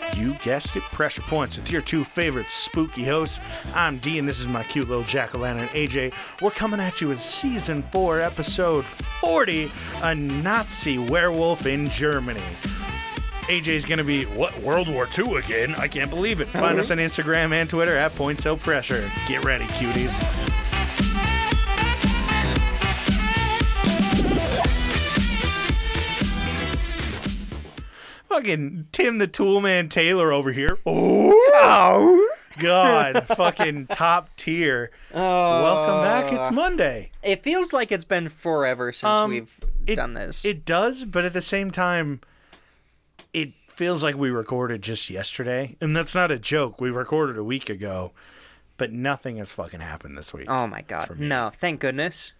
Fantastic Pressure Points with your two favorite spooky hosts. I'm D, and this is my cute little jack o' lantern, AJ. We're coming at you with season four, episode 40 A Nazi Werewolf in Germany. AJ's gonna be what World War II again? I can't believe it. Find us on Instagram and Twitter at Point So Pressure. Get ready, cuties. Fucking Tim the Toolman Taylor over here. Oh God, fucking top tier. Welcome back. It's Monday. It feels like it's been forever since Um, we've it- done this. It does, but at the same time, it feels like we recorded just yesterday. And that's not a joke. We recorded a week ago, but nothing has fucking happened this week. oh my god. me. No, thank goodness.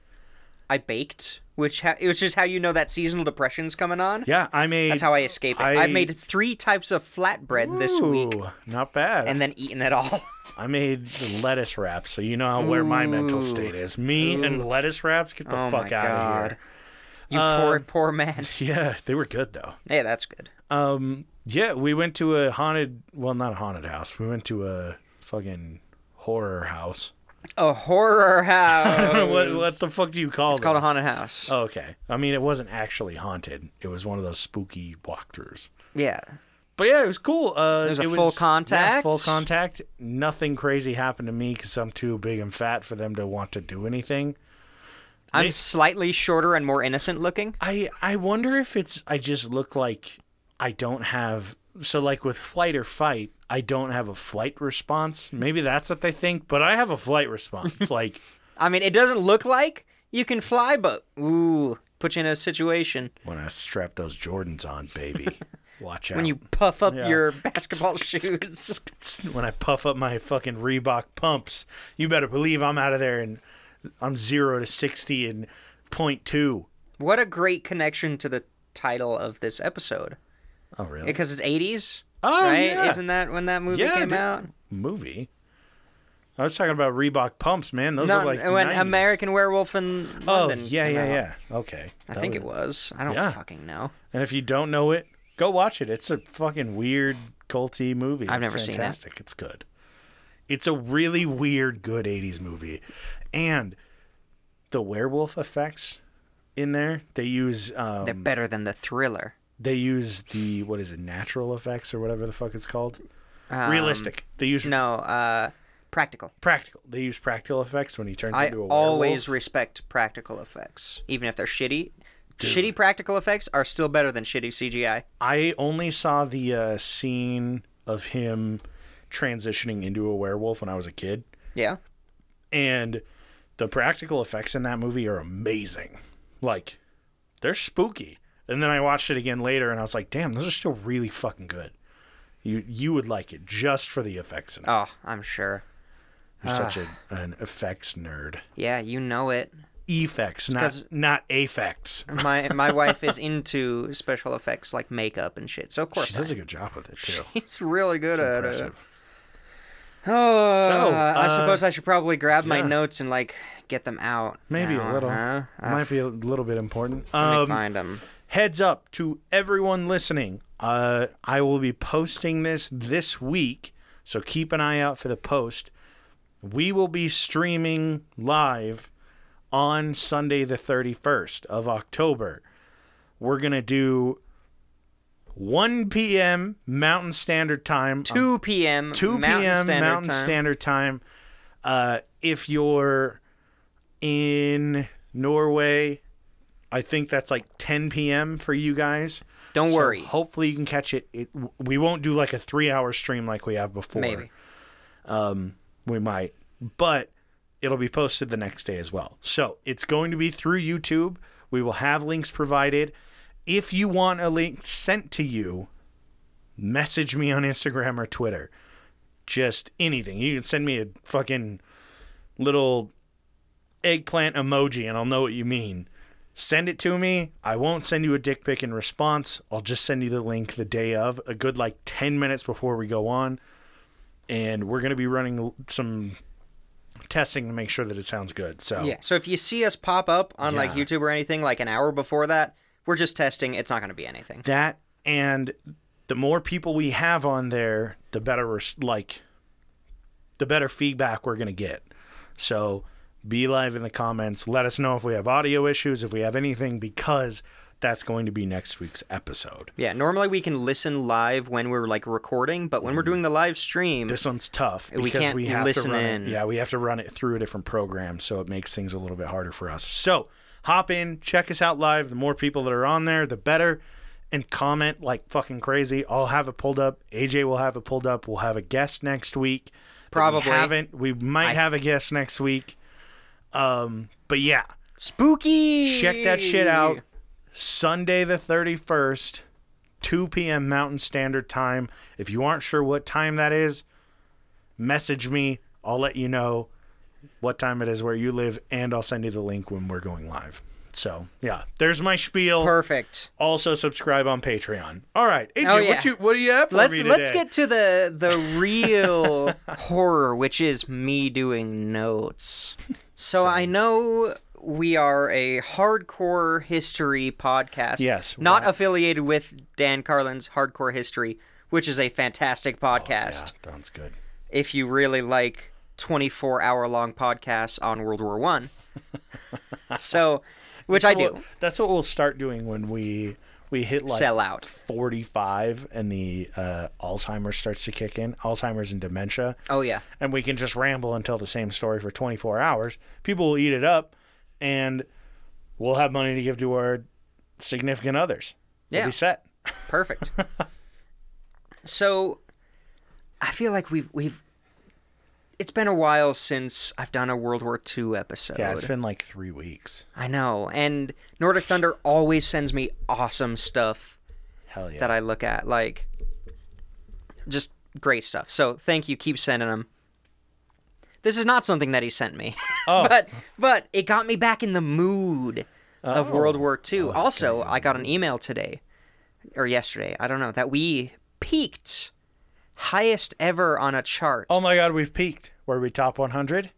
I baked, which ha- it was just how you know that seasonal depression's coming on. yeah, I made. That's how I escape it. I... I- have made three types of flatbread this week Ooh, Not bad. and then eaten it all. I made lettuce wraps, so you know how, where my mental state is. Me and lettuce wraps, get the Oh fuck my out god. of here. You Um, poor poor man. Yeah, they were good though. Hey, that's good. Um, yeah, we went to a haunted, well, not a haunted house. We went to a fucking horror house. A horror house. what, what the fuck do you call it? It's called a haunted house. Oh, okay. I mean, it wasn't actually haunted. It was one of those spooky walkroos. Yeah. But yeah, it was cool. Uh, was a it full yeah, contact? full contact. Nothing crazy happened to me because I'm too big and fat for them to want to do anything. I'm slightly shorter and more innocent looking. I I wonder if it's I just look like I don't have so like with flight or fight I don't have a flight response. Maybe that's what they think, but I have a flight response. like I mean, it doesn't look like you can fly, but ooh, put you in a situation. when I strap those Jordans on, baby, watch out. when you puff up Yeah. your basketball shoes. when I puff up my fucking Reebok pumps, you better believe I'm out of there and I'm zero to sixty and point two. What a great connection to the title of this episode Oh really? because it's 80s. Oh, right? yeah. Isn't that when that movie Yeah, came dude. out? Movie. I was talking about Reebok pumps, man. Those No, are like when 90s. American Werewolf in Oh London. yeah, came yeah, out. yeah. Okay. I think it was. I don't Yeah. fucking know. And if you don't know it, go watch it. It's a fucking weird culty movie. I've never it's seen it. fantastic. It's good. It's a really weird, good '80s movie, and the werewolf effects in there. They use um, They're better than the thriller. they use the what is it natural effects or whatever the fuck it's called realistic they use Um, No, uh, practical. practical they use practical effects when he turns I into a always werewolf. respect practical effects, even if they're shitty. Shitty practical effects are still better than shitty CGI. i only saw the uh, scene of him transitioning into a werewolf when i was a kid Yeah. and the practical effects in that movie are amazing like they're spooky and then i watched it again later and i was like damn those are still really fucking good you you would like it just for the effects in it. Oh, I'm sure. you're such a, an effects nerd Yeah, you know it. effects, It's not 'cause- not affects. My my wife is into special effects like makeup and shit. So of course She does a good job with it too. I- he's really good at it. Impressive. Oh, So, I uh, suppose I should probably grab my yeah. notes and like get them out. Maybe now, a little. Huh? Uh, Might be a little bit important. let me Um, find them. heads up to everyone listening. Uh, I will be posting this this week, so keep an eye out for the post. We will be streaming live on Sunday, the 31st of October. We're going to do 1 p.m. Mountain Standard Time. on 2 p.m. 2 Mountain p.m. Standard Mountain Time. Standard Time. Uh, if you're in Norway, I think that's like 10 p.m. for you guys. Don't So worry. hopefully you can catch it. it. We won't do like a three-hour stream like we have before. Maybe. we might, but it'll be posted the next day as well. So it's going to be through YouTube. We will have links provided. If you want a link sent to you, message me on Instagram or Twitter. Just anything. You can send me a fucking little eggplant emoji and I'll know what you mean. Send it to me. I won't send you a dick pic in response. I'll just send you the link the day of, a good like 10 minutes before we go on and we're going to be running l- some testing to make sure that it sounds good. So Yeah. So if you see us pop up on like Yeah. YouTube or anything like an hour before that, we're just testing. It's not going to be anything. that and the more people we have on there, the better res- like the better feedback we're going to get. So be live in the comments. Let us know if we have audio issues, if we have anything because that's going to be next week's episode. Yeah, normally we can listen live when we're like recording, but Mm-hmm. when we're doing the live stream, This one's tough because We we, can't have listen to run in. It, yeah, we have to run it through a different program, so it makes things a little bit harder for us. So hop in, check us out live. The more people that are on there, the better. And comment like fucking crazy. I'll have it pulled up. AJ will have it pulled up. We'll have a guest next week. that we Probably. haven't. We might have a guest next week. Um, but yeah, spooky. check that shit out. Sunday the 31st, 2 p.m. Mountain Standard Time. If you aren't sure what time that is, message me. I'll let you know what time it is where you live, and I'll send you the link when we're going live. So, yeah, there's my spiel. Perfect. Also, subscribe on Patreon. All right, AJ, Oh, yeah. what you what do you have for Let's me let's today? get to the the real horror, which is me doing notes. So I know we are a hardcore history podcast. Yes, Not wow. affiliated with Dan Carlin's Hardcore History, which is a fantastic podcast. Oh, Yeah, Ah, sounds good. if you really like 24 hour long podcasts on World War One. so, which I do. That's what we'll start doing when we we hit like Sell out. 45 and the uh, Alzheimer's starts to kick in, Alzheimer's and dementia, Oh yeah. and we can just ramble and tell the same story for 24 hours. People will eat it up, and we'll have money to give to our significant others. We'll Yeah. be set. Perfect. so, I feel like we've we've. It's been a while since I've done a World War II episode. Yeah, it's been like three weeks. I know, and Nordic Thunder always sends me awesome stuff Hell yeah. that I look at, like just great stuff. So thank you. Keep sending them. This is not something that he sent me, Oh. but but it got me back in the mood of Oh. World War II. also, I got an email today or yesterday, I don't know, that we peaked highest ever on a chart, oh my God, we've peaked. Were we top 100?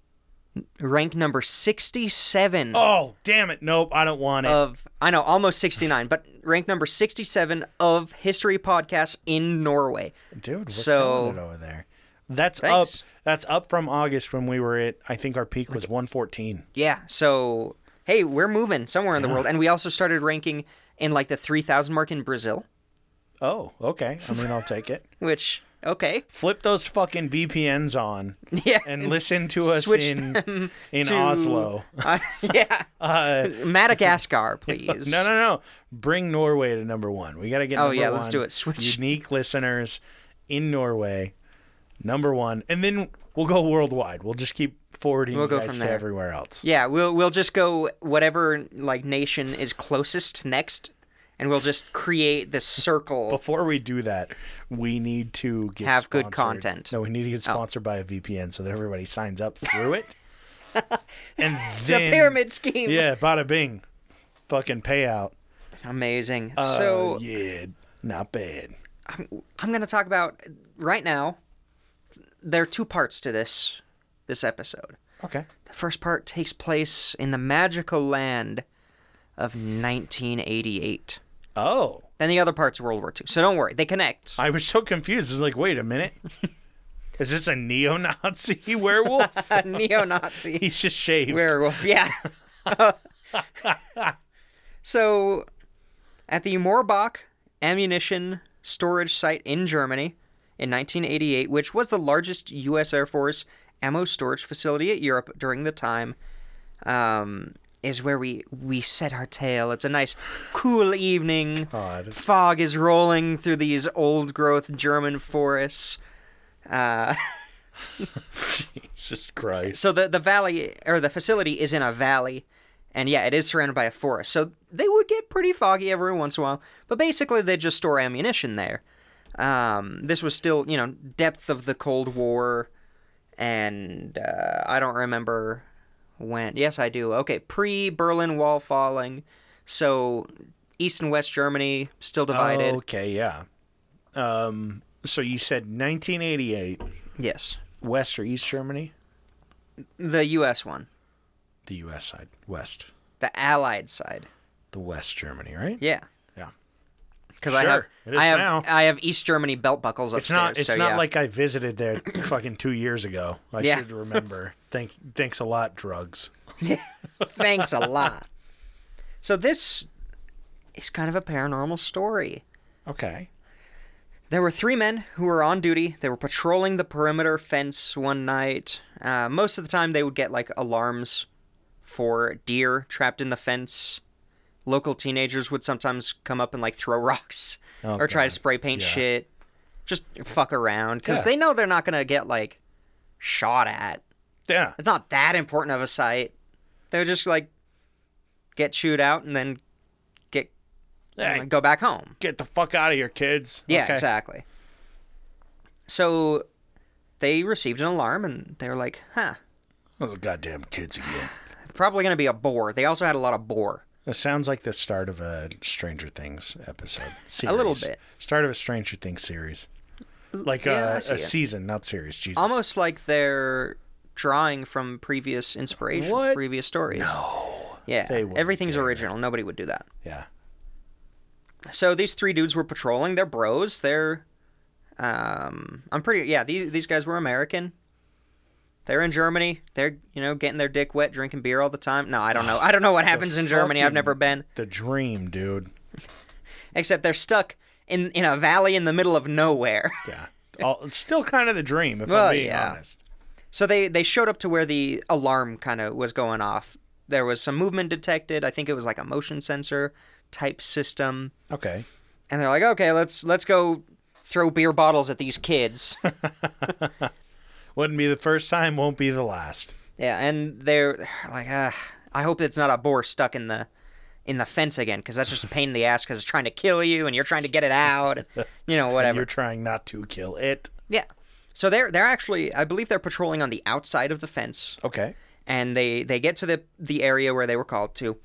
rank number sixty-seven Oh, damn it. Nope, I don't want it. of I know almost sixty-nine, but rank number sixty-seven of history podcasts in Norway. Dude, we're So- killing it over there. That's Thanks. up. That's up from August when we were at. I think our peak was 114. Yeah. So hey, we're moving somewhere in the world, and we also started ranking in like the three thousand mark in Brazil, Oh, okay. I mean, I'll take it. which okay, Flip those fucking VPNs on yeah, and it's- listen to us switch in them in to- Oslo. Uh, yeah, Uh, Madagascar, please. no, no, no. Bring Norway to number one. We got to get. Oh, number yeah, let's one. do it. Switch. unique listeners in Norway, number one, and then we'll go worldwide. We'll just keep forwarding We'll you go guys from to there. everywhere else. Yeah, we'll we'll just go whatever like nation is closest next, and we'll just create this circle. Before we do that, we need to get Have good sponsored. content. Oh. No, we need to get sponsored by a VPN so that everybody signs up through it. and It's a then, pyramid scheme. Yeah, bada bing, fucking payout. Amazing. Uh, so yeah, not bad. I'm going to talk about right now. There are two parts to this this episode. Okay. The first part takes place in the magical land of 1988. Oh, Then the other part's World War II. So don't worry, they connect. I was so confused. It's like, wait a minute. Is this a neo-Nazi werewolf? A neo-Nazi He's just shaved. werewolf. Yeah. so, at the Moorbach ammunition storage site in Germany in 1988, which was the largest U.S. Air Force ammo storage facility at Europe during the time, um, is where we we set our tail. It's a nice, cool evening. God. Fog is rolling through these old growth German forests. Uh, Jesus Christ. so the the valley or the facility is in a valley and yeah it is surrounded by a forest so they would get pretty foggy every once in a while but basically they just store ammunition there um, this was still you know depth of the cold war and uh, i don't remember when yes i do okay pre berlin wall falling so east and west germany still divided Okay, yeah. Um, so you said 1988, yes West or East Germany? the us one The U.S. side, West, the allied side the West Germany, right? yeah Yeah. because I Sure. have It is I have now. I have East Germany belt buckles upstairs. It's not. It's so not yeah. like I visited there fucking two years ago. I Yeah. should remember. Thank. Thanks a lot, drugs. Thanks a lot. So this is kind of a paranormal story. Okay. There were three men who were on duty. They were patrolling the perimeter fence one night. Uh, most of the time, they would get like alarms for deer trapped in the fence. Local teenagers would sometimes come up and like throw rocks Oh, or try to God. spray paint Yeah. shit, just fuck around because Yeah. they know they're not gonna get like shot at. Yeah. It's not that important of a site. They would just like get chewed out and then get Hey, go back home. get the fuck out of here, kids. Yeah, Okay. exactly. So they received an alarm and they were like, huh, Those goddamn kids again. probably going to be a boar. They also had a lot of boar. This sounds like the start of a Stranger Things episode. A little series. bit. Start of a Stranger Things series. Like yeah, I a, see a it. season, not series. Jesus. Almost like they're drawing from previous inspiration, What? previous stories. No. Yeah, They wouldn't everything's do that. original. Nobody would do that. Yeah. So these three dudes were patrolling. They're bros. They're, um, I'm pretty. Yeah, these these guys were American. They're in Germany. They're you know getting their dick wet, drinking beer all the time. No, I don't know. I don't know what happens in Germany. I've fucking- never been. The dream, dude. except they're stuck in in a valley in the middle of nowhere. Yeah. All, it's still kind of the dream, if Well, I'm being yeah. honest. so they they showed up to where the alarm kind of was going off. There was some movement detected. I think it was like a motion sensor type system. Okay. And they're like, "Okay, let's let's go throw beer bottles at these kids." Wouldn't be the first time, won't be the last. yeah, and they're like, ah, "I hope it's not a boar stuck in the in the fence again cuz that's just a pain in the ass cuz it's trying to kill you and you're trying to get it out." And, you know, whatever. You're trying not to kill it. Yeah. So they're they're actually I believe they're patrolling on the outside of the fence. Okay. and they they get to the the area where they were called to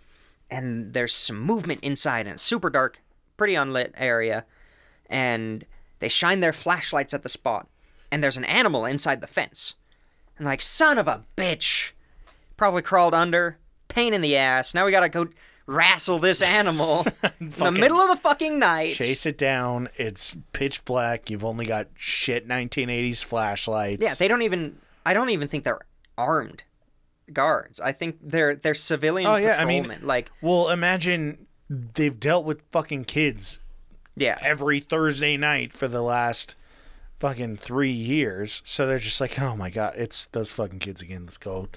and there's some movement inside and it's super dark pretty unlit area and they shine their flashlights at the spot and there's an animal inside the fence and like son of a bitch probably crawled under pain in the ass now we gotta go wrestle this animal in the middle of the fucking night Chase it down. It's pitch black. You've only got shit 1980s flashlights. yeah they don't even i don't even think they're armed guards i think they're they're civilian Oh, yeah, I mean- patrolmen like Well, imagine they've dealt with fucking kids yeah every Thursday night for the last fucking three years. So they're just like, oh my God, it's those fucking kids again. Let's go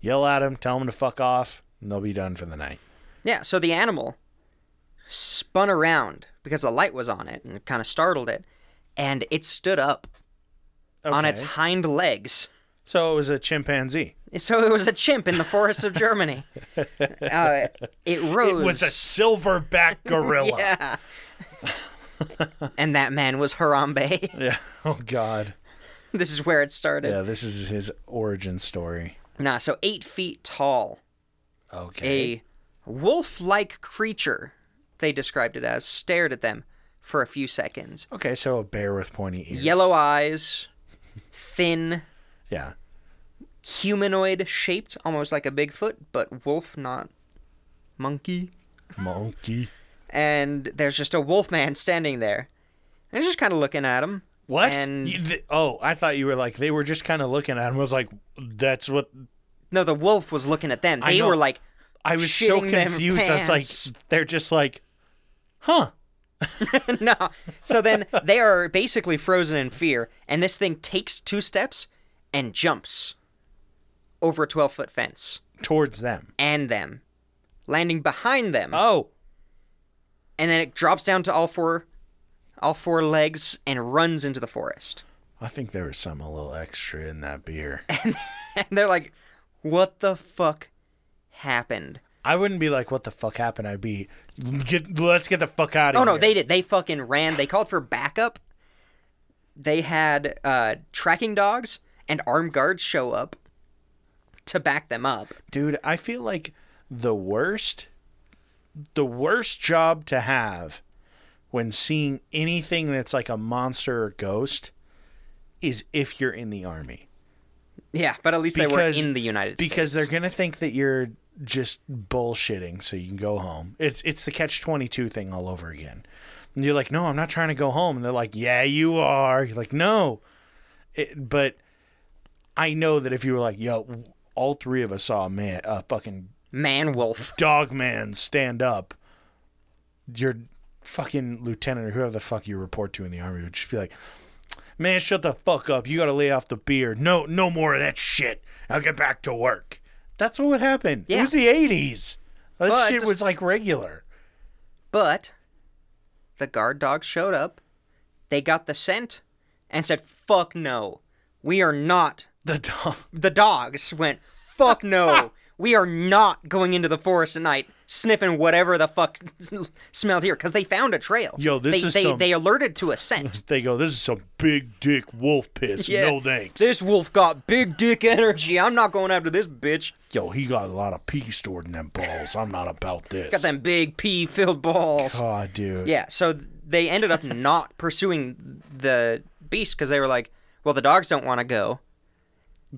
yell at them, tell them to fuck off, and they'll be done for the night. Yeah, so the animal spun around because the light was on it and it kind of startled it, and it stood up on Okay. its hind legs. So it was a chimpanzee. So it was a chimp in the forests of Germany. uh, it It rose. was a silverback gorilla. yeah. and that man was Harambe. yeah. Oh God. this is where it started. Yeah, this is his origin story. Nah, so eight feet tall, Okay. a wolf-like creature. They described it as stared at them for a few seconds. Okay, so a bear with pointy ears. Yellow eyes, thin, Yeah. humanoid shaped, almost like a Bigfoot, but wolf, not monkey. Monkey. And there's just a wolf man standing there. And he's just kind of looking at him. What? And You- th- oh, I thought you were like they were just kind of looking at him. I was like, that's what no, the wolf was looking at them. They know. were like, I was so shitting their confused. I was pants. like, they're just like, huh? no. So then they are basically frozen in fear. And this thing takes two steps and jumps over a 12 foot fence Towards them. and them, landing behind them. Oh, And then it drops down to all four. All four legs and runs into the forest. I think there was some a little extra in that beer. And they're like, what the fuck happened? I wouldn't be like, what the fuck happened? I'd be, get, let's get the fuck out of Oh here. no, they did. They fucking ran. They called for backup. They had uh, tracking dogs and armed guards show up to back them up. dude. I feel like the worst, the worst job to have when seeing anything that's like a monster or ghost is if you're in the army. Yeah, but at least Because- they were in the United because States. they're gonna think that you're just bullshitting so you can go home. It's it's the catch twenty two thing all over again. And you're like, no, I'm not trying to go home. And they're like, yeah, you are. You're like, no. It, but I know that if you were like, yo, all three of us saw a man, a fucking Man wolf. dog man stand up, your fucking lieutenant or whoever the fuck you report to in the army would just be like, man, shut the fuck up. You got to lay off the beer. No, no more of that shit. I'll get back to work. That's what would happen. It Yeah. was the 80s. That But- shit was like regular. But the guard dogs showed up. They got the scent and said, fuck no. We are not. The dog. The dogs went, fuck no. We are not going into the forest at night sniffing whatever the fuck smelled here because they found a trail. Yo, this they, is they, some- they alerted to a scent. They go, this is some big dick wolf piss. No thanks. This wolf got big dick energy. I'm not going after this bitch. Yo, he got a lot of pee stored in them balls. I'm not about this. Got them big pee filled balls. Oh, dude. Yeah, so they ended up not pursuing the beast because they were like, well, the dogs don't want to go.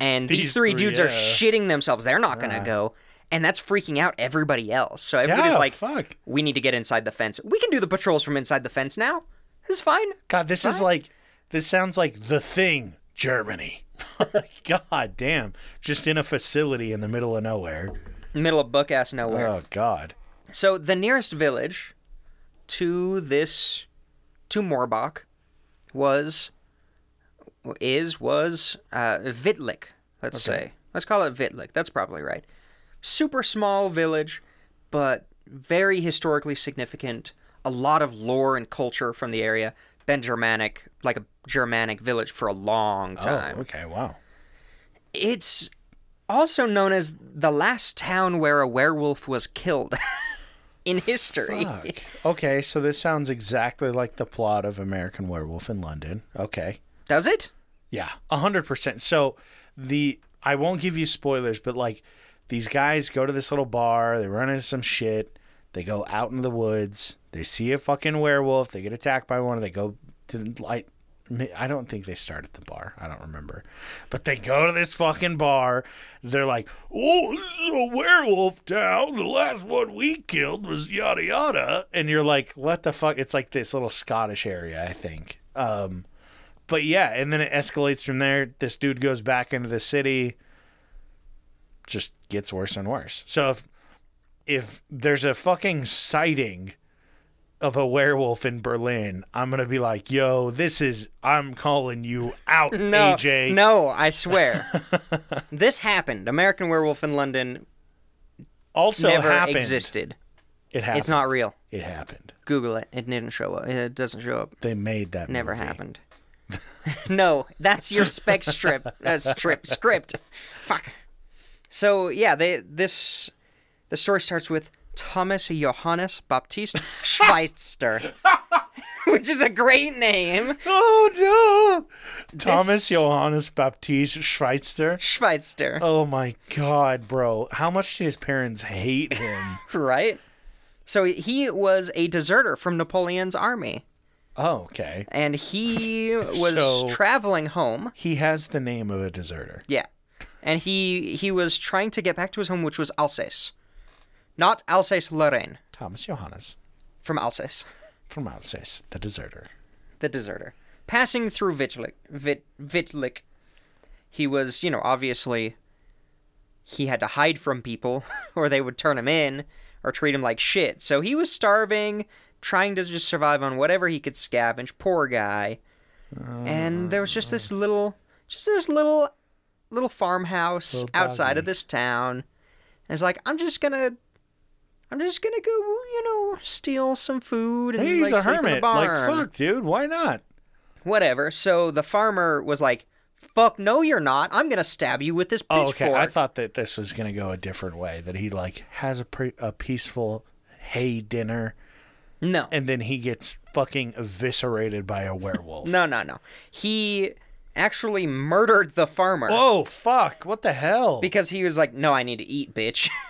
And these, These three, three, dudes are yeah. shitting themselves. They're not going to go. And that's freaking out everybody else. So everybody's Yeah, like, fuck. we need to get inside the fence. We can do the patrols from inside the fence now. It's fine. God, this is like, this sounds like the thing, Germany. God damn. Just in a facility in the middle of nowhere. Middle of buck ass nowhere. Oh, God. So the nearest village to this, to Morbach, was, is, was uh, Vitlik, let's say. Let's call it Vitlik. That's probably right. Super small village, but very historically significant. A lot of lore and culture from the area. Been Germanic, like a Germanic village for a long time. Oh, okay. Wow. It's also known as the last town where a werewolf was killed in history. Fuck. Okay, so this sounds exactly like the plot of American Werewolf in London. Okay. Does it? Yeah, a hundred percent. So the I won't give you spoilers, but like these guys go to this little bar, they run into some shit, they go out into the woods, they see a fucking werewolf, they get attacked by one, they go to the light. I don't think they start at the bar. I don't remember, but they go to this fucking bar. They're like, "Oh, this is a werewolf town. The last one we killed was yada yada," and you're like, "What the fuck?" It's like this little Scottish area, I think. Um, but yeah, and then it escalates from there. This dude goes back into the city, just gets worse and worse. So if if there's a fucking sighting of a werewolf in Berlin, I'm gonna be like, yo, this is I'm calling you out, No, AJ. no, I swear. this happened. American Werewolf in London also never happened. existed. It happened. It's not real. It happened. Google it. It didn't show up. It doesn't show up. They made that. Never movie. happened. no, that's your spec strip. Uh, strip script. Fuck. So yeah, they this the story starts with Thomas Johannes Baptist Schweitzer, which is a great name. Oh no, Thomas Johannes Baptist Schweitzer. Schweitzer, Oh my god, bro! How much did his parents hate him? right? So he was a deserter from Napoleon's army. oh, okay. and he was So- traveling home. He has the name of a deserter. Yeah, and he he was trying to get back to his home, which was Alsace, not Alsace Lorraine Thomas Johannes from Alsace, from Alsace, the deserter. the deserter, passing through Vitlik. Vit, Vitlik, he was you know obviously he had to hide from people, or they would turn him in or treat him like shit. So he was starving, trying to just survive on whatever he could scavenge. Poor guy. and there was just this little just this little little farmhouse Little outside of doggy. this town and it's like i'm just gonna i'm just gonna go you know steal some food and Hey, he's like a sleep in hermit. the Like, barn fuck, dude, why not? whatever so the farmer was like fuck no you're not i'm gonna stab you with this Oh, pitchfork okay. I thought that this was gonna go a different way. That he like has a pre- a peaceful hay dinner, no and then he gets fucking eviscerated by a werewolf. no no no he actually murdered the farmer Oh fuck! What the hell? because he was like no i need to eat bitch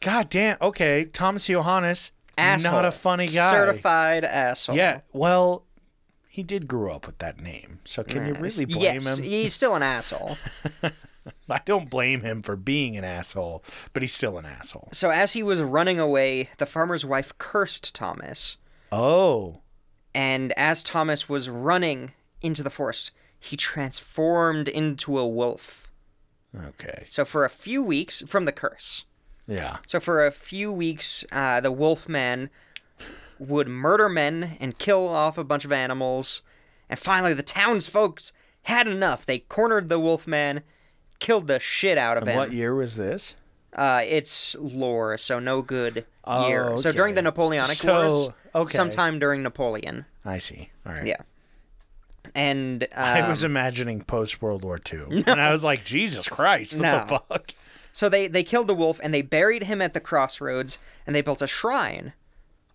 God damn. Okay, Thomas Johannes, asshole not a funny guy. certified asshole Yeah. Well, he did grow up with that name, so can you really blame yes, him? he's still an asshole. I don't blame him for being an asshole, but he's still an asshole. So as he was running away, the farmer's wife cursed Thomas Oh, And as Thomas was running into the forest, he transformed into a wolf. Okay. So for a few weeks, from the curse. Yeah. So for a few weeks, uh, the Wolfman would murder men and kill off a bunch of animals. And finally, the townsfolk had enough. They cornered the Wolfman, killed the shit out of him. What year was this? Uh, it's lore, so no good Oh, year. So okay. during the Napoleonic So, Wars, okay. sometime during Napoleon, I see. All right. yeah. And I um, was imagining post World War II, and I was like, Jesus Christ, what No. the fuck? so they they killed the wolf and they buried him at the crossroads and they built a shrine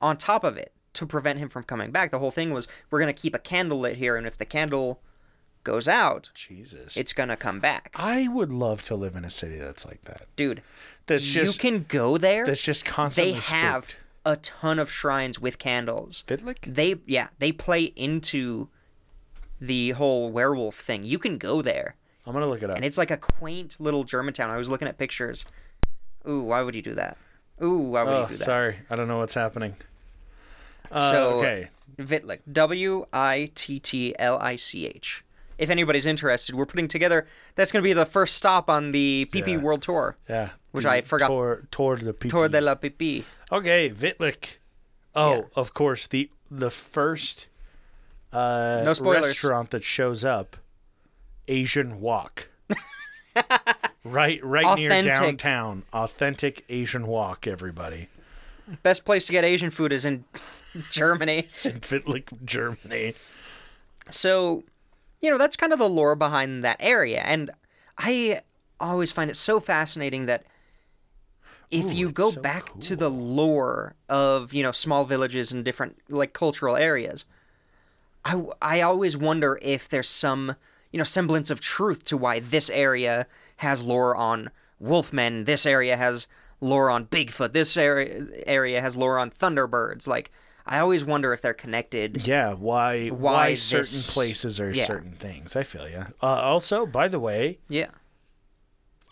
on top of it to prevent him from coming back. The whole thing was we're gonna keep a candle lit here, and if the candle goes out, Jesus. it's gonna come back, I would love to live in a city that's like that. dude. That's you just can go there. that's just they constantly. have spooked. a ton of shrines with candles. Fidlick? they yeah they play into the whole werewolf thing you can go there I'm gonna look it up. and it's like a quaint little germantown i was looking at pictures ooh why would you do that ooh why would oh, you do that sorry, I don't know what's happening. Uh, So- okay, Vitlik. W I T T L I C H. If anybody's interested, we're putting together. That's going to be the first stop on the PP Yeah. World Tour. yeah, Which I forgot- Toward, toward the people. Tour de la PP. Okay, Vitlik. Oh, Yeah. of course the the first uh, No spoilers. restaurant that shows up, Asian Walk. right, right near Authentic. downtown. Authentic Asian Walk, everybody. Best place to get Asian food is in Germany. In Vitlik, Germany. So, you know, that's kind of the lore behind that area. And I always find it so fascinating that if you it's go so back to the lore of, you know, small villages and different, like, cultural areas, I, I always wonder if there's some, you know, semblance of truth to why this area has lore on wolfmen, this area has lore on Bigfoot, this area, area has lore on thunderbirds. Like, I always wonder if they're connected. Yeah, why why, this- certain places are yeah. certain things. I feel you. Uh, also, by the way, Yeah.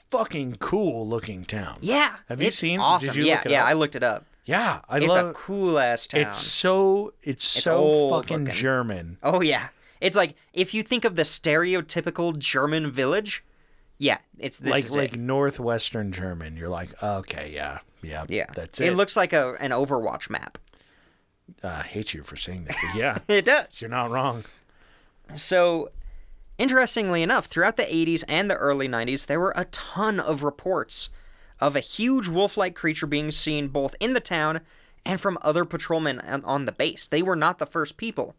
fucking cool looking town. Yeah. Have you it's seen- did Awesome. you yeah, look it yeah. up? I looked it up. Yeah, I It's love a cool ass town. It's so it's, so old fucking looking. German. Oh yeah. It's like if you think of the stereotypical German village, yeah, it's this. like is like it. northwestern German. You're like, okay, yeah, yeah, yeah, that's it. looks like a an Overwatch map. Uh, I hate you for saying that, but yeah, It does. you're not wrong. So, interestingly enough, throughout the 80s and the early 90s, there were a ton of reports of a huge wolf like creature being seen both in the town and from other patrolmen on on the base. They were not the first people,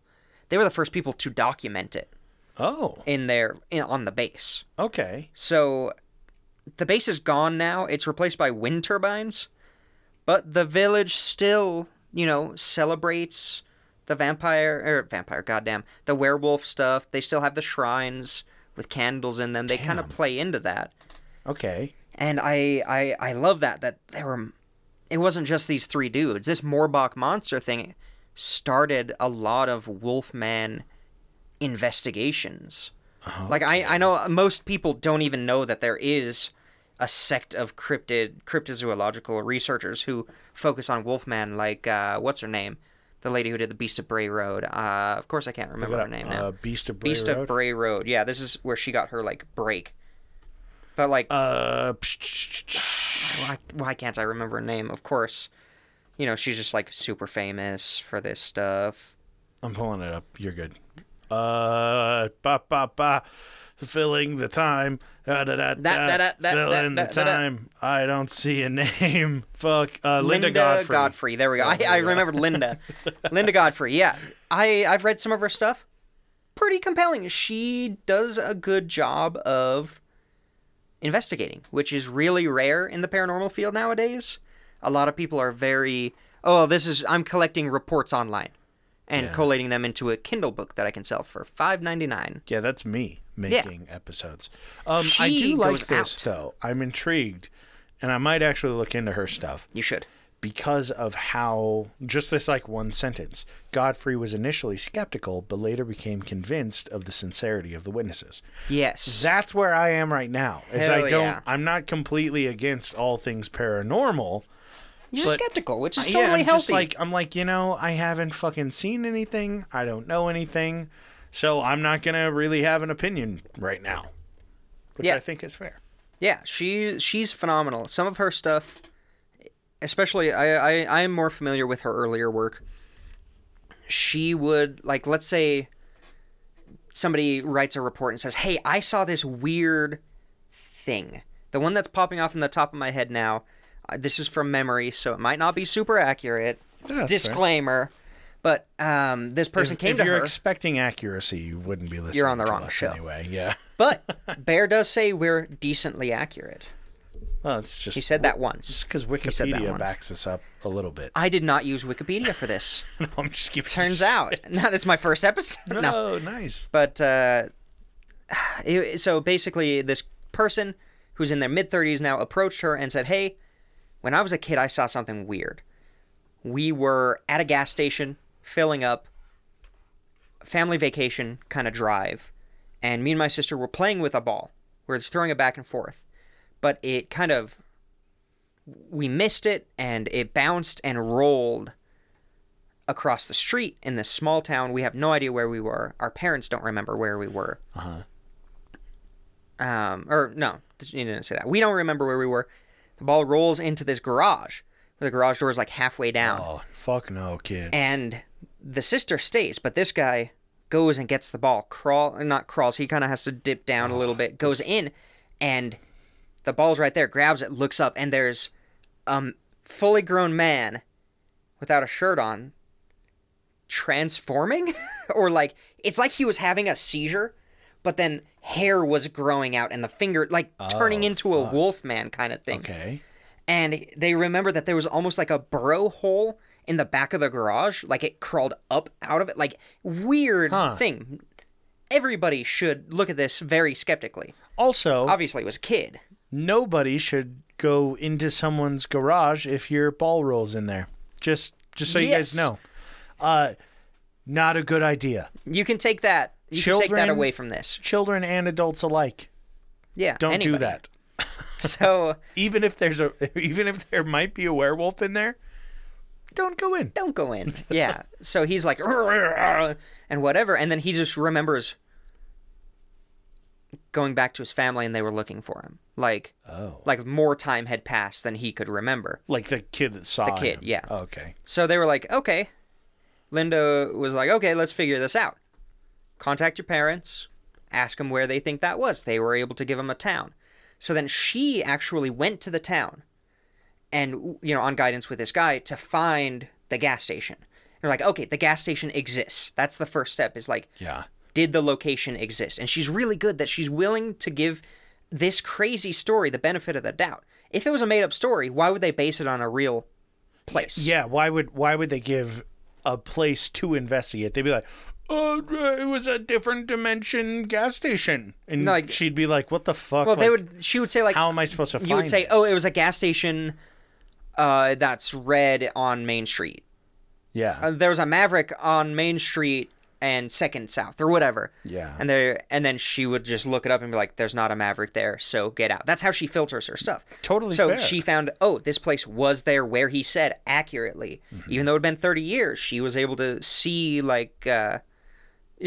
they were the first people to document it. Oh, in their in, on the base. okay. So the base is gone now. It's replaced by wind turbines, but the village still, you know, celebrates the vampire or vampire goddamn, the werewolf stuff. They still have the shrines with candles in them. They kind of play into that. Okay. And I, I I love that that there were it wasn't just these three dudes. This Morbach monster thing started a lot of Wolfman investigations. Like I, I know most people don't even know that there is a sect of cryptid cryptozoological researchers who focus on Wolfman like uh, what's her name? The lady who did the Beast of Bray Road. Uh, of course I can't remember her name now. Uh, Beast of Bray Beast Road. of Bray Road. Yeah, this is where she got her like break. But like uh, psh, psh, psh, psh. why, why can't I remember her name? Of course, you know, she's just like super famous for this stuff. I'm pulling it up. You're good. Uh, ba ba ba, filling the time. Da, da, da, Da, da, da, da, filling da, the da, da. time. I don't see a name. Fuck. Uh, Linda, Godfrey. There we go. I, I remembered Linda. Linda Godfrey. Yeah. I, I've read some of her stuff. Pretty compelling. She does a good job of investigating, which is really rare in the paranormal field nowadays. A lot of people are very, oh, this is, I'm collecting reports online and collating them into a Kindle book that I can sell for five ninety nine. Yeah, that's me making episodes. Um, I She do like goes this out. though. I'm intrigued, and I might actually look into her stuff You should. because of how just this like one sentence. Godfrey was initially skeptical, but later became convinced of the sincerity of the witnesses. Yes. That's where I am right now. Is I Hell don't. yeah. I'm not completely against all things paranormal. You're But- skeptical, which is Uh, totally yeah, I'm healthy. Just like I'm like, you know, I haven't fucking seen anything. I don't know anything. So I'm not gonna really have an opinion right now. Which Yeah. I think is fair. Yeah, she she's phenomenal. Some of her stuff, especially I I I am more familiar with her earlier work. She would like let's say somebody writes a report and says, "Hey, I saw this weird thing." The one that's popping off in the top of my head now. Uh, this is from memory, so it might not be super accurate. fair. Disclaimer. But um, this person If, came if to you're her. expecting accuracy, you wouldn't be listening. You're on the to wrong us show. anyway. Yeah. but Bear does say we're decently accurate. Well, it's just He said that once. because said that Wikipedia once. backs us up a little bit. I did not use Wikipedia for this. No, I'm just giving. Turns out, now that's my first episode. No, No, nice. but uh, it- so basically, this person who's in their mid thirties now approached her and said, "Hey, when I was a kid, I saw something weird. We were at a gas station filling up, family vacation kind of drive, and me and my sister were playing with a ball. We were throwing it back and forth, but it kind of." We missed it and it bounced and rolled across the street in this small town. We have no idea where we were. Our parents don't remember where we were. Uh huh. Um, or no, you didn't say that. We don't remember where we were. The ball rolls into this garage. The garage door is like halfway down, Oh fuck no, kids. and the sister stays, but this guy goes and gets the ball. Crawl, not crawls. He kind of has to dip down a little bit. Goes in, and the ball's right there. Grabs it, looks up, and there's um fully grown man without a shirt on transforming or like it's like he was having a seizure but then hair was growing out and the finger like turning into a wolf man kind of thing okay. and they remember that there was almost like a burrow hole in the back of the garage like it crawled up out of it like weird Huh. thing everybody should look at this very skeptically Also, obviously it was a kid nobody should go into someone's garage if your ball rolls in there. Just just so you Yes. guys know. Uh not a good idea. you can take that you can take that Children- away from this Children and adults alike. yeah Don't do anybody. that. so Even if there's a even if there might be a werewolf in there, don't go in. don't go in. Yeah. So he's like, "Arr," and whatever. And then he just remembers going back to his family and they were looking for him. Like, Oh. like more time had passed than he could remember. Like the kid that saw The kid, him. yeah. Okay. So they were like, okay. Linda was like, okay, let's figure this out. Contact your parents, ask them where they think that was. They were able to give him a town. So then she actually went to the town and, you know, on guidance with this guy to find the gas station. And they're like, okay, the gas station exists. That's the first step is like, Yeah. did the location exist? And she's really good that she's willing to give this crazy story the benefit of the doubt. If it was a made up story, why would they base it on a real place? Yeah, why would why would they give a place to investigate? They'd be like, "Oh, uh, it was a different dimension gas station," and No, like- she'd be like, "What the fuck?" Well, they Like, would. She would say like, How am I supposed to find? you would say, this? "Oh, it was a gas station, uh, that's red on Main Street. yeah, Uh, There was a Maverick on Main Street and Second South or whatever." Yeah. And there, and then she would just look it up and be like, "There's not a Maverick there, so get out." That's how she filters her stuff. Totally So fair. she found, oh, this place was there where he said accurately, Mm-hmm. even though it'd been 30 years. She was able to see like. Uh,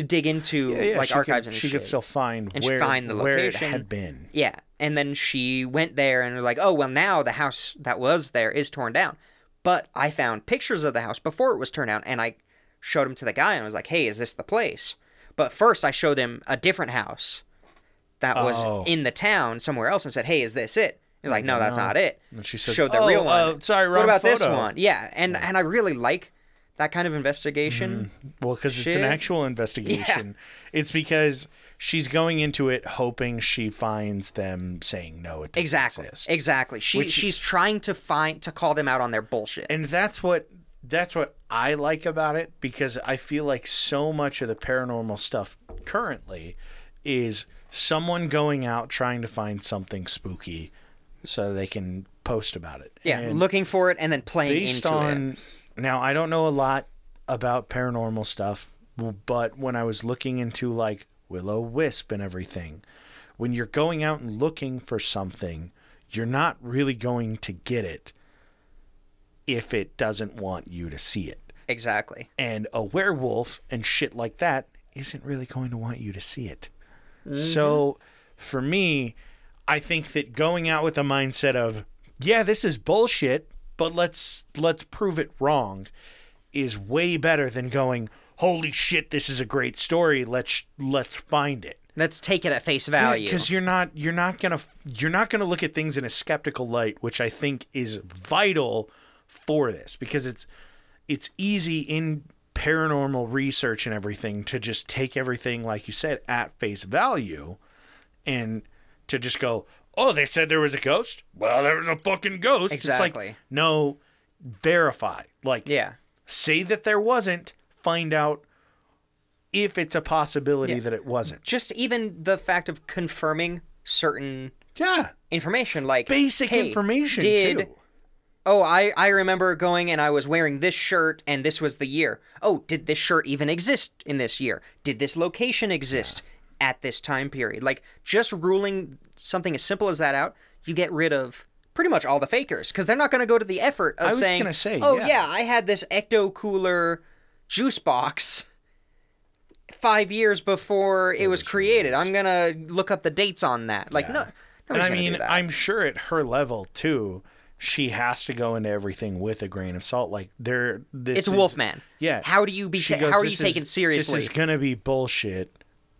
dig into Yeah, yeah, like she archives could, and she shit. could still find And she where find the where it location. had been. Yeah, and then she went there and was like, "Oh well, now the house that was there is torn down, but I found pictures of the house before it was torn down, and I showed them to the guy and was like, "Hey, is this the place?" But first, I showed him a different house that was Oh. in the town somewhere else and said, "Hey, is this it?" He's like, "No, that's not it." And she says, showed the "Oh, real one. uh, sorry, what wrong about this photo." one? Yeah, and and I really like that kind of investigation. Well, because it's Shit. an actual investigation. It's because she's going into it hoping she finds them saying no. It doesn't Exactly, exist." exactly. She she's trying to find to call them out on their bullshit. and that's what that's what I like about it because I feel like so much of the paranormal stuff currently is someone going out trying to find something spooky so they can post about it. Yeah, And looking for it and then playing based into it. on now I don't know a lot about paranormal stuff, but when I was looking into like willow wisp and everything, when you're going out and looking for something, you're not really going to get it if it doesn't want you to see it. Exactly. And a werewolf and shit like that isn't really going to want you to see it. So for me, I think that going out with the mindset of, yeah, this is bullshit, but let's let's prove it wrong is way better than going, holy shit, this is a great story. Let's let's find it. Let's take it at face value. Because you're not you're not gonna you're not gonna look at things in a skeptical light, which I think is vital for this because it's it's easy in paranormal research and everything to just take everything like you said at face value and to just go oh they said there was a ghost well there was a fucking ghost it's like Exactly. no verify like yeah. say that there wasn't find out if it's a possibility that it wasn't Just even the fact of confirming certain yeah information, like basic hey, information Did too oh I I remember going and I was wearing this shirt and this was the year. Oh, did this shirt even exist in this year? Did this location exist at this time period? Like just ruling something as simple as that out, you get rid of pretty much all the fakers because they're not going to go to the effort of was saying, gonna say, "Oh yeah. yeah, I had this ecto cooler juice box." Five years before it, was, created, I'm gonna look up the dates on that. Like, no, And nobody's I gonna do mean, that. I'm sure at her level too, she has to go into everything with a grain of salt. Like there, this It's is, Wolfman. Yeah, How do you be? She Ta- goes, how are you "This taken is- seriously? This is gonna be bullshit.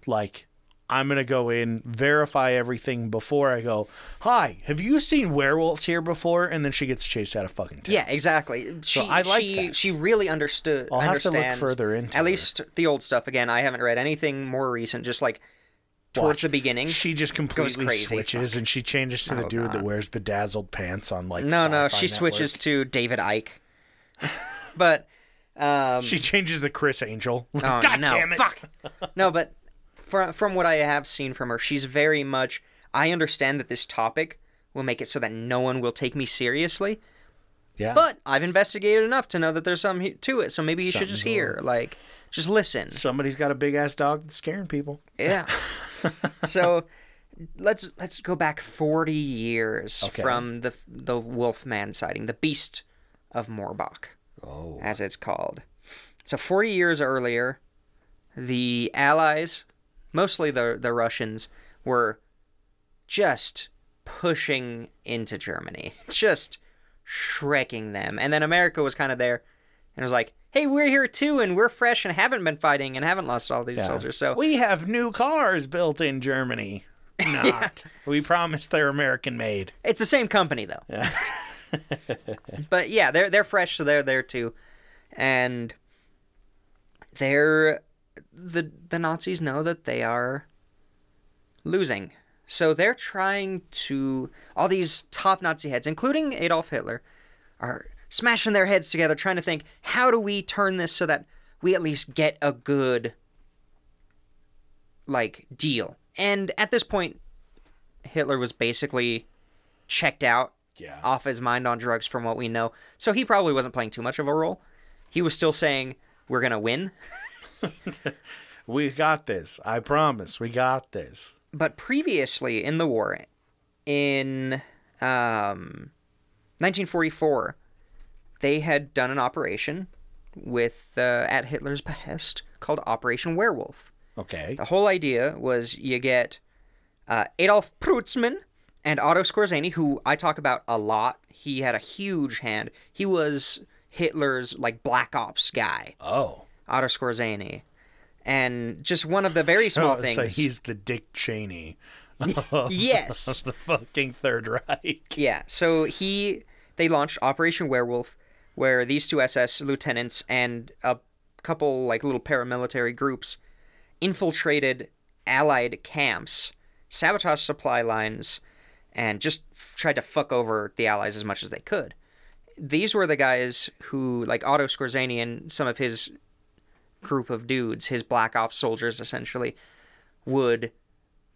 Like I'm gonna go in, verify everything before I go. Hi, have you seen werewolves here before? And then she gets chased out of fucking town. yeah, exactly. She, I like she, that. she really understood. I'll have to look understands, further into At her. least the old stuff. Again, I haven't read anything more recent. Just like towards the beginning. She just completely crazy. Oh, switches, and she changes to the dude that wears bedazzled pants on like. no, no, Sci-Fi she Network. switches to David Ike. but um, She changes the Chris Angel. Oh, God no. damn it! Fuck. no, but from from what I have seen from her, she's very much. I understand that this topic will make it so that no one will take me seriously. Yeah. But I've investigated enough to know that there's some he- to it, so maybe you should just hear, like, just listen. somebody's got a big ass dog that's scaring people. Yeah. so let's let's go back 40 years from the the Wolfman sighting, the Beast of Morbach, Oh. as it's called. So 40 years earlier, the Allies, mostly the the Russians, were just pushing into Germany, just shrekking them. And then America was kind of there and was like, hey, we're here too, and we're fresh and haven't been fighting and haven't lost all these soldiers. So We have new cars built in Germany. Not. We promise they're American made. it's the same company though. but yeah, they're they're fresh, so they're there too. And they're the the Nazis know that they are losing. So they're trying to all these top Nazi heads, including Adolf Hitler, are smashing their heads together trying to think, how do we turn this so that we at least get a good like deal. And at this point Hitler was basically checked out Yeah. off his mind on drugs from what we know. So he probably wasn't playing too much of a role. He was still saying, We're gonna win. We got this. I promise. We got this. But previously in the war, in um, 1944, they had done an operation with uh, at Hitler's behest called Operation Werewolf. Okay. The whole idea was you get uh, Adolf Prutzmann and Otto Skorzeny, who I talk about a lot. He had a huge hand. He was Hitler's like black ops guy, Oh. Otto Skorzeny, and just one of the very small So, things. so he's the Dick Cheney, yes, the fucking Third Reich. yeah. So he they launched Operation Werewolf, where these two SS lieutenants and a couple like little paramilitary groups infiltrated Allied camps, sabotaged supply lines, and just f- tried to fuck over the Allies as much as they could. These were the guys who, like Otto Skorzeny and some of his group of dudes, his black ops soldiers essentially, would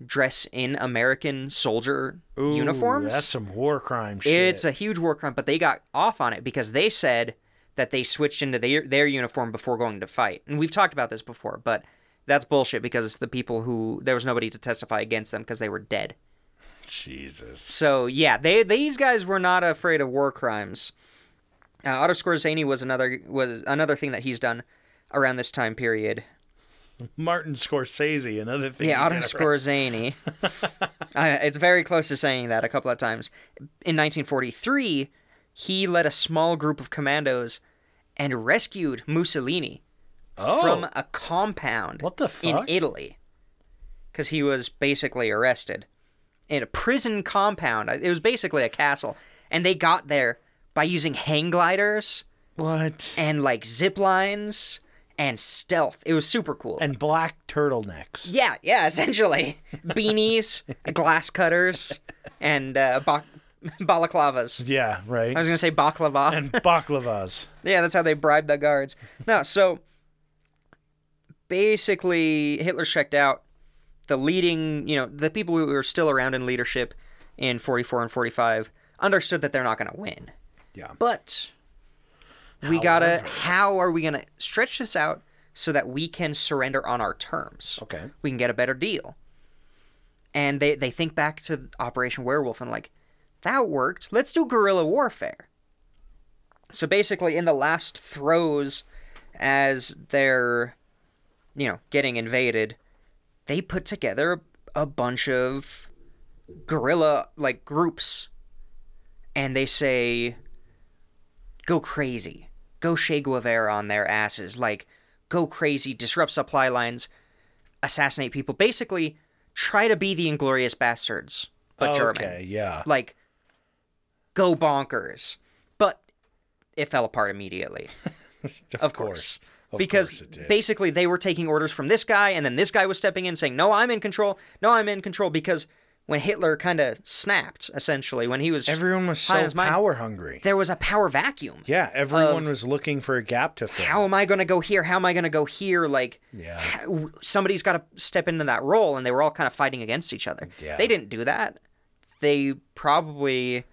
dress in American soldier uniforms. That's some war crime shit. It's a huge war crime, but they got off on it because they said that they switched into their their uniform before going to fight. And we've talked about this before, but that's bullshit because the people who there was nobody to testify against them because they were dead. Jesus. So yeah, they these guys were not afraid of war crimes. Uh, Otto Scorzani was another was another thing that he's done around this time period. Martin Scorsese, another thing. Yeah, you Otto gotta- Scorzani. uh, it's very close to saying that a couple of times. In 1943, he led a small group of commandos and rescued Mussolini Oh, from a compound What the in fuck? Italy because he was basically arrested in a prison compound. It was basically a castle, and they got there by using hang gliders what? and like zip lines and stealth. It was super cool. And black turtlenecks. yeah, yeah, essentially beanies, glass cutters, and uh, ba- balaclavas. Yeah, right. I was gonna say baklava. and baklavas. Yeah, that's how they bribe the guards. No, so basically, Hitler checked out the leading, you know, the people who were still around in leadership in 44 and 45 understood that they're not going to win. Yeah. But we got to, how are we going to stretch this out so that we can surrender on our terms? Okay. we can get a better deal. And they, they think back to Operation Werewolf and like, that worked. Let's do guerrilla warfare. So basically, in the last throes, as they're, you know, getting invaded, they put together a, a bunch of guerrilla like groups, and they say, "Go crazy, go Che Guevara on their asses, like, go crazy, disrupt supply lines, assassinate people. Basically, try to be the Inglorious Bastards, but German. Oh, Okay, yeah. Like, go bonkers. But it fell apart immediately, Of, of course. Of because course it did. basically they were taking orders from this guy, and then this guy was stepping in saying, No, I'm in control. No, I'm in control. Because when Hitler kind of snapped, essentially, when he was. Everyone was high on so his mind, power hungry. There was a power vacuum. Yeah, everyone was looking for a gap to fill. How am I going to go here? How am I going to go here? Like, Yeah. how- somebody's got to step into that role, and they were all kind of fighting against each other. Yeah. They didn't do that. They probably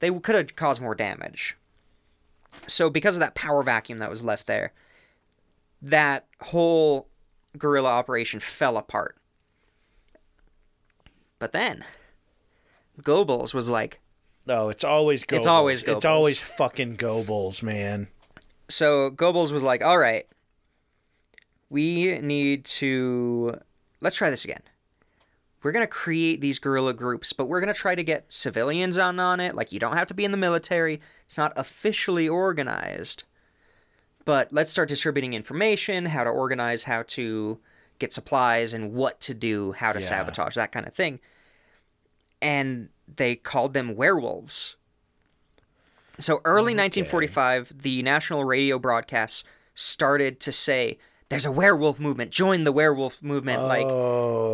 they could have caused more damage. So because of that power vacuum that was left there, that whole guerrilla operation fell apart. But then Goebbels was like, No, Oh, it's always Goebbels. It's always It's Goebbels. always fucking Goebbels, man. so Goebbels was like, "All right, we need to let's try this again. We're gonna create these guerrilla groups, but we're gonna try to get civilians on on it. Like you don't have to be in the military. It's not officially organized, but let's start distributing information, how to organize, how to get supplies, and what to do, how to Yeah. sabotage, that kind of thing." And they called them werewolves. So early 1945, the national radio broadcasts started to say, "There's a werewolf movement. Join the werewolf movement. like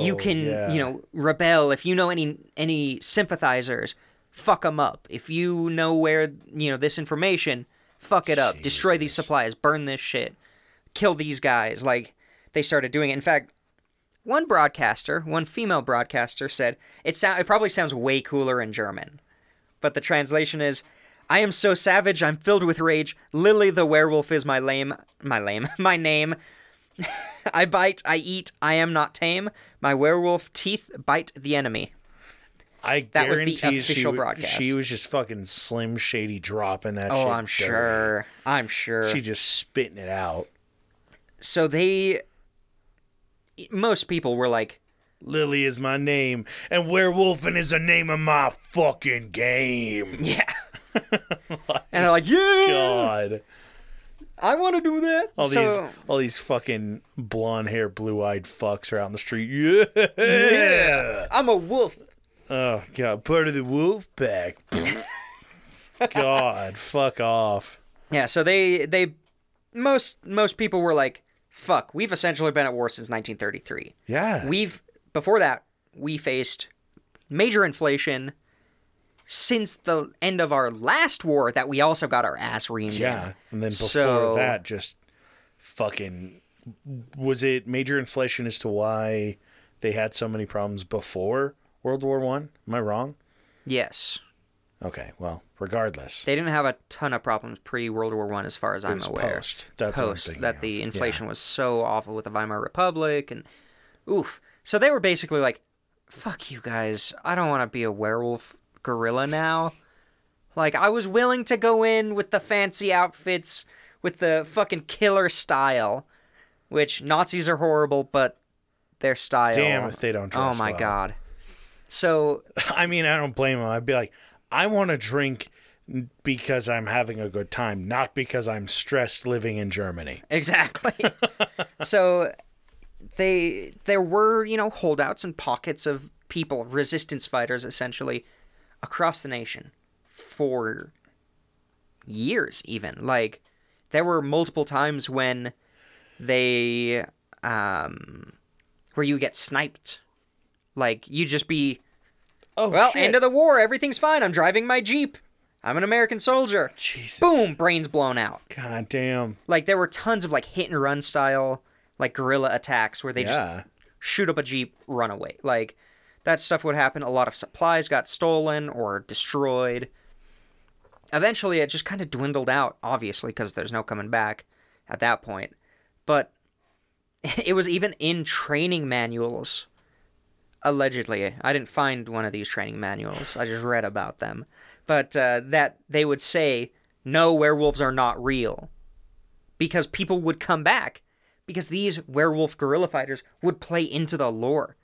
you can, yeah. you know, rebel if you know any any sympathizers. Fuck them up. If you know where you know this information, fuck it up. Destroy these supplies. Burn this shit. Kill these guys." Like they started doing it. In fact, one broadcaster, one female broadcaster said, "It sound it probably sounds way cooler in German." But the translation is I am so savage, I'm filled with rage. Lily the werewolf is my lame my lame, my name. I bite, I eat, I am not tame. My werewolf teeth bite the enemy. I That was the guarantee she, official wa- broadcast. she was just fucking Slim Shady dropping that shit. Oh, I'm dirty. sure. I'm sure. She just spitting it out. So they most people were like, Lily is my name, and werewolfing is the name of my fucking game. yeah. and they're like, yeah, God, I want to do that. all so, these all these fucking blonde hair, blue eyed fucks are out in the street. Yeah. I'm a wolf. Oh God, part of the wolf pack. God, fuck off. Yeah, so they they most most people were like, fuck, we've essentially been at war since 1933. Yeah. We've before that, we faced major inflation since the end of our last war that we also got our ass reamed in. Yeah, and then before So- that, just fucking was it major inflation as to why they had so many problems before World War One? Am I wrong? Yes. Okay, well, regardless, They didn't have a ton of problems pre World War One as far as I'm was aware. post. That's what I'm Post, thinking that of. the Yeah. inflation was so awful with the Weimar Republic and oof. So they were basically like, Fuck you guys, I don't wanna be a werewolf gorilla now. Like I was willing to go in with the fancy outfits, with the fucking killer style, which Nazis are horrible, but their style. Damn if they don't dress Oh my well. god. So I mean, I don't blame him. I'd be like, I want to drink because I'm having a good time, not because I'm stressed living in Germany. Exactly. so they there were, you know, holdouts and pockets of people, resistance fighters essentially, across the nation for years even. Like there were multiple times when they um where you get sniped. Like you just be Oh, well, shit. end of the war, everything's fine. I'm driving my Jeep. I'm an American soldier. Jesus. Boom, brains blown out God damn. like there were tons of like hit and run style like guerrilla attacks where they Yeah. just shoot up a jeep run away like that stuff would happen a lot of supplies got stolen or destroyed eventually it just kind of dwindled out obviously because there's no coming back at that point but it was even in training manuals allegedly i didn't find one of these training manuals i just read about them but uh, that they would say no werewolves are not real because people would come back because these werewolf guerrilla fighters would play into the lore.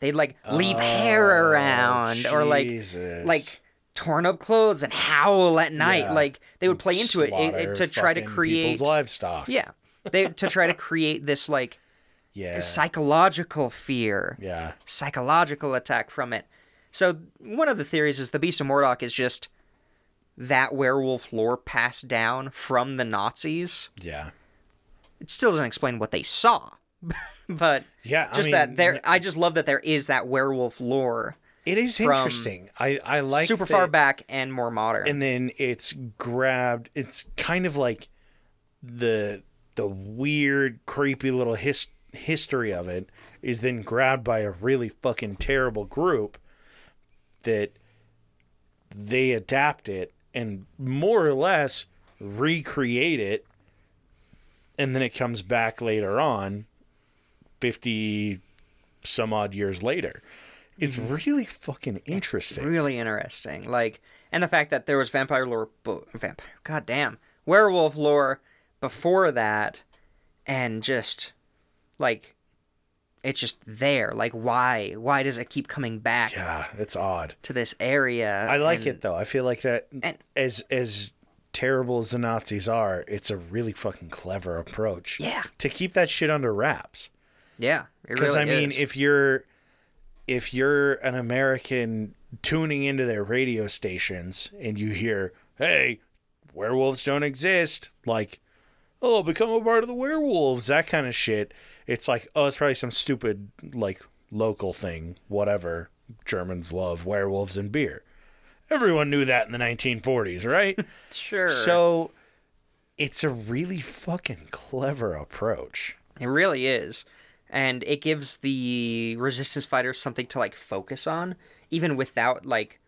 They'd like leave hair around or like Jesus. like torn up clothes and howl at night. Yeah. Like they would play into it, it- Slaughter it- to try to fucking create people's livestock. yeah they to try to create this like Yeah. psychological fear yeah. psychological attack from it. So one of the theories is the Beast of Mordok is just that werewolf lore passed down from the Nazis Yeah. it still doesn't explain what they saw, but Yeah, I just mean, that there. I just love that there is that werewolf lore, It is interesting. I I like super that- far back and more modern. and then it's grabbed it's kind of like the the weird creepy little his, history of it is then grabbed by a really fucking terrible group that they adapt it and more or less recreate it and then it comes back later on 50 some odd years later it's really fucking interesting really interesting. Like, and the fact that there was vampire lore, bo- vampire, goddamn, werewolf lore before that, and just like it's just there. Like, why? Why does it keep coming back yeah it's odd to this area? I like and- it though. I feel like that and- as as terrible as the Nazis are, it's a really fucking clever approach. Yeah. To keep that shit under wraps. Yeah, it Because really I mean, is. if you're if you're an American tuning into their radio stations and you hear, "Hey, werewolves don't exist," like, "Oh, become a part of the werewolves," that kind of shit. It's like, oh, it's probably some stupid like local thing, whatever. Germans love werewolves and beer. Everyone knew that in the 1940s, right? sure, so it's a really fucking clever approach. It really is. And it gives the resistance fighters something to like focus on even without like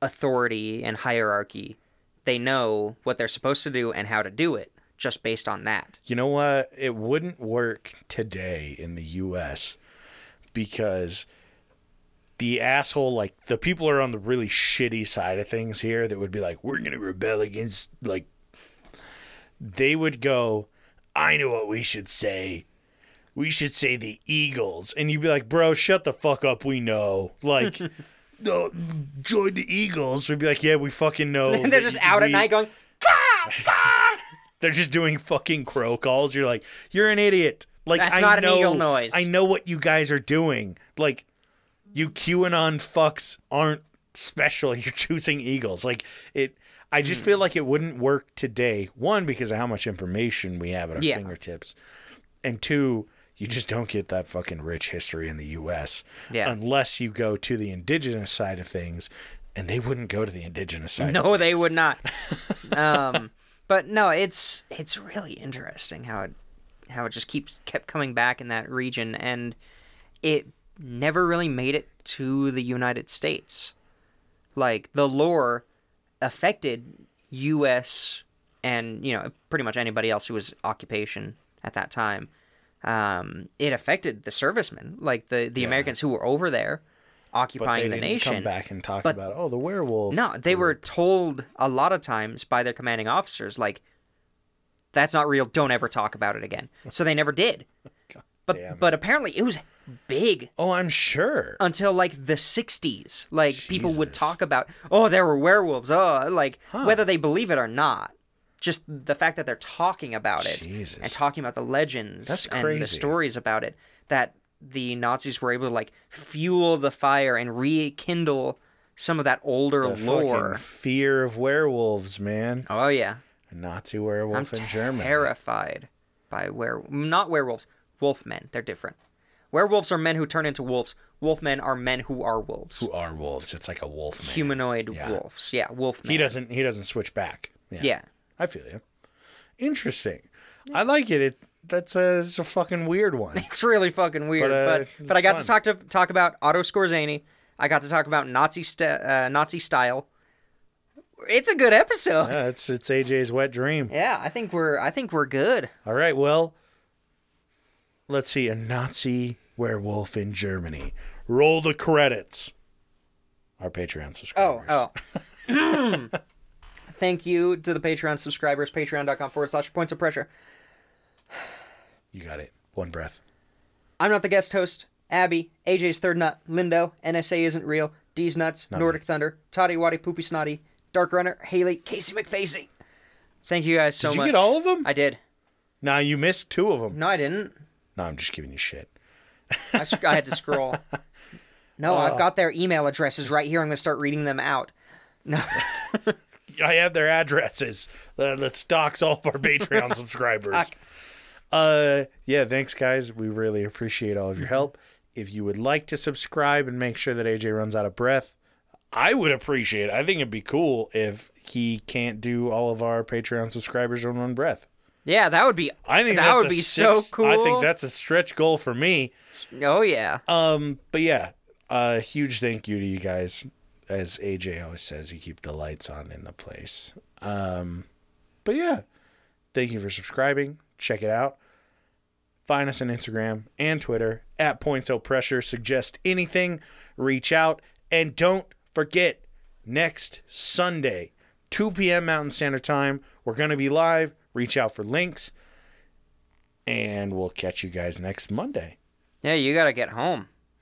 authority and hierarchy. They know what they're supposed to do and how to do it just based on that. You know what? It wouldn't work today in the US because the asshole, like, the people are on the really shitty side of things here that would be like, we're going to rebel against, like, they would go, I know what we should say. We should say the Eagles. And you'd be like, bro, shut the fuck up. We know. Like, no, join the Eagles. We'd be like, yeah, we fucking know. And they're that just out at we- night going, they're just doing fucking crow calls. You're like, you're an idiot. Like That's I not an know, eagle noise. I know what you guys are doing. Like, you QAnon fucks aren't special. You're choosing eagles. Like it. I just feel like it wouldn't work today. One because of how much information we have at our Yeah. fingertips, and two, you just don't get that fucking rich history in the U.S. Yeah. unless you go to the indigenous side of things, and they wouldn't go to the indigenous side. of "No, they would not." um, but no, it's it's really interesting how it how it just keeps kept coming back in that region and it never really made it to the United States. Like the lore affected US and, you know, pretty much anybody else who was occupation at that time. Um, it affected the servicemen, like the the Americans who were over there But they occupying the didn't nation. come back and talk but- about oh the werewolf. No, they were told a lot of times by their commanding officers, like, that's not real. Don't ever talk about it again. So they never did. But damn. but apparently it was big Oh, I'm sure. until like the 60s. Like people would Jesus. talk about, oh, there were werewolves. Oh, like whether they believe it or not. Just the fact that they're talking about it and Jesus. talking about the legends That's and the crazy. stories about it that the Nazis were able to like fuel the fire and rekindle some of that older The lore. fucking fear of werewolves, man. Oh yeah, A Nazi werewolf I'm in Germany. terrified by were not werewolves, wolfmen. They're different. Werewolves are men who turn into wolves. Wolfmen are men who are wolves. Who are wolves? It's like a wolf man. Humanoid Yeah. wolves. Yeah, wolfmen. He doesn't. He doesn't switch back. Yeah. I feel you. Interesting. I like it. it that's a, it's a fucking weird one. It's really fucking weird, uh, but but, it's I got to fun. talk to talk about Otto Scorzani. I got to talk about Nazi st- uh, Nazi style. It's a good episode. yeah, Uh, it's it's AJ's wet dream. Yeah, I think we're I think we're good. All right. Well, let's see a Nazi werewolf in Germany. Roll the credits. Our Patreon Oh, subscribers. oh. Hmm. Thank you to the Patreon subscribers, patreon.com forward slash points of pressure. you got it. One breath. I'm not the guest host. Abby, AJ's third nut, Lindo, NSA isn't real, D's nuts, Nordic Thunder, Toddy Waddy Poopy Snotty, Dark Runner, Haley, Casey McFacey. Thank you guys so Did you much. get all of them? I did. Nah, you missed two of them. No, I didn't. No, I'm just giving you shit. I, sc- I had to scroll. No, Oh. I've got their email addresses right here. I'm going to start reading them out. No, I have their addresses. Uh, that stocks all of our Patreon subscribers. Uh, yeah, thanks, guys. We really appreciate all of your help. If you would like to subscribe and make sure that AJ runs out of breath, I would appreciate it. I think it'd be cool if he can't do all of our Patreon subscribers in one breath. yeah, that would be. I think that that's would a be six- so cool. I think that's a stretch goal for me. Oh yeah. Um, but yeah, uh, huge thank you to you guys. As AJ always says, you keep the lights on in the place. Um, but yeah, thank you for subscribing. Check it out. Find us on Instagram and Twitter at Points O Pressure. Suggest anything, reach out, and don't forget next Sunday, 2 p.m. Mountain Standard Time. We're gonna be live. Reach out for links, and we'll catch you guys next Monday. Yeah, you got to get home.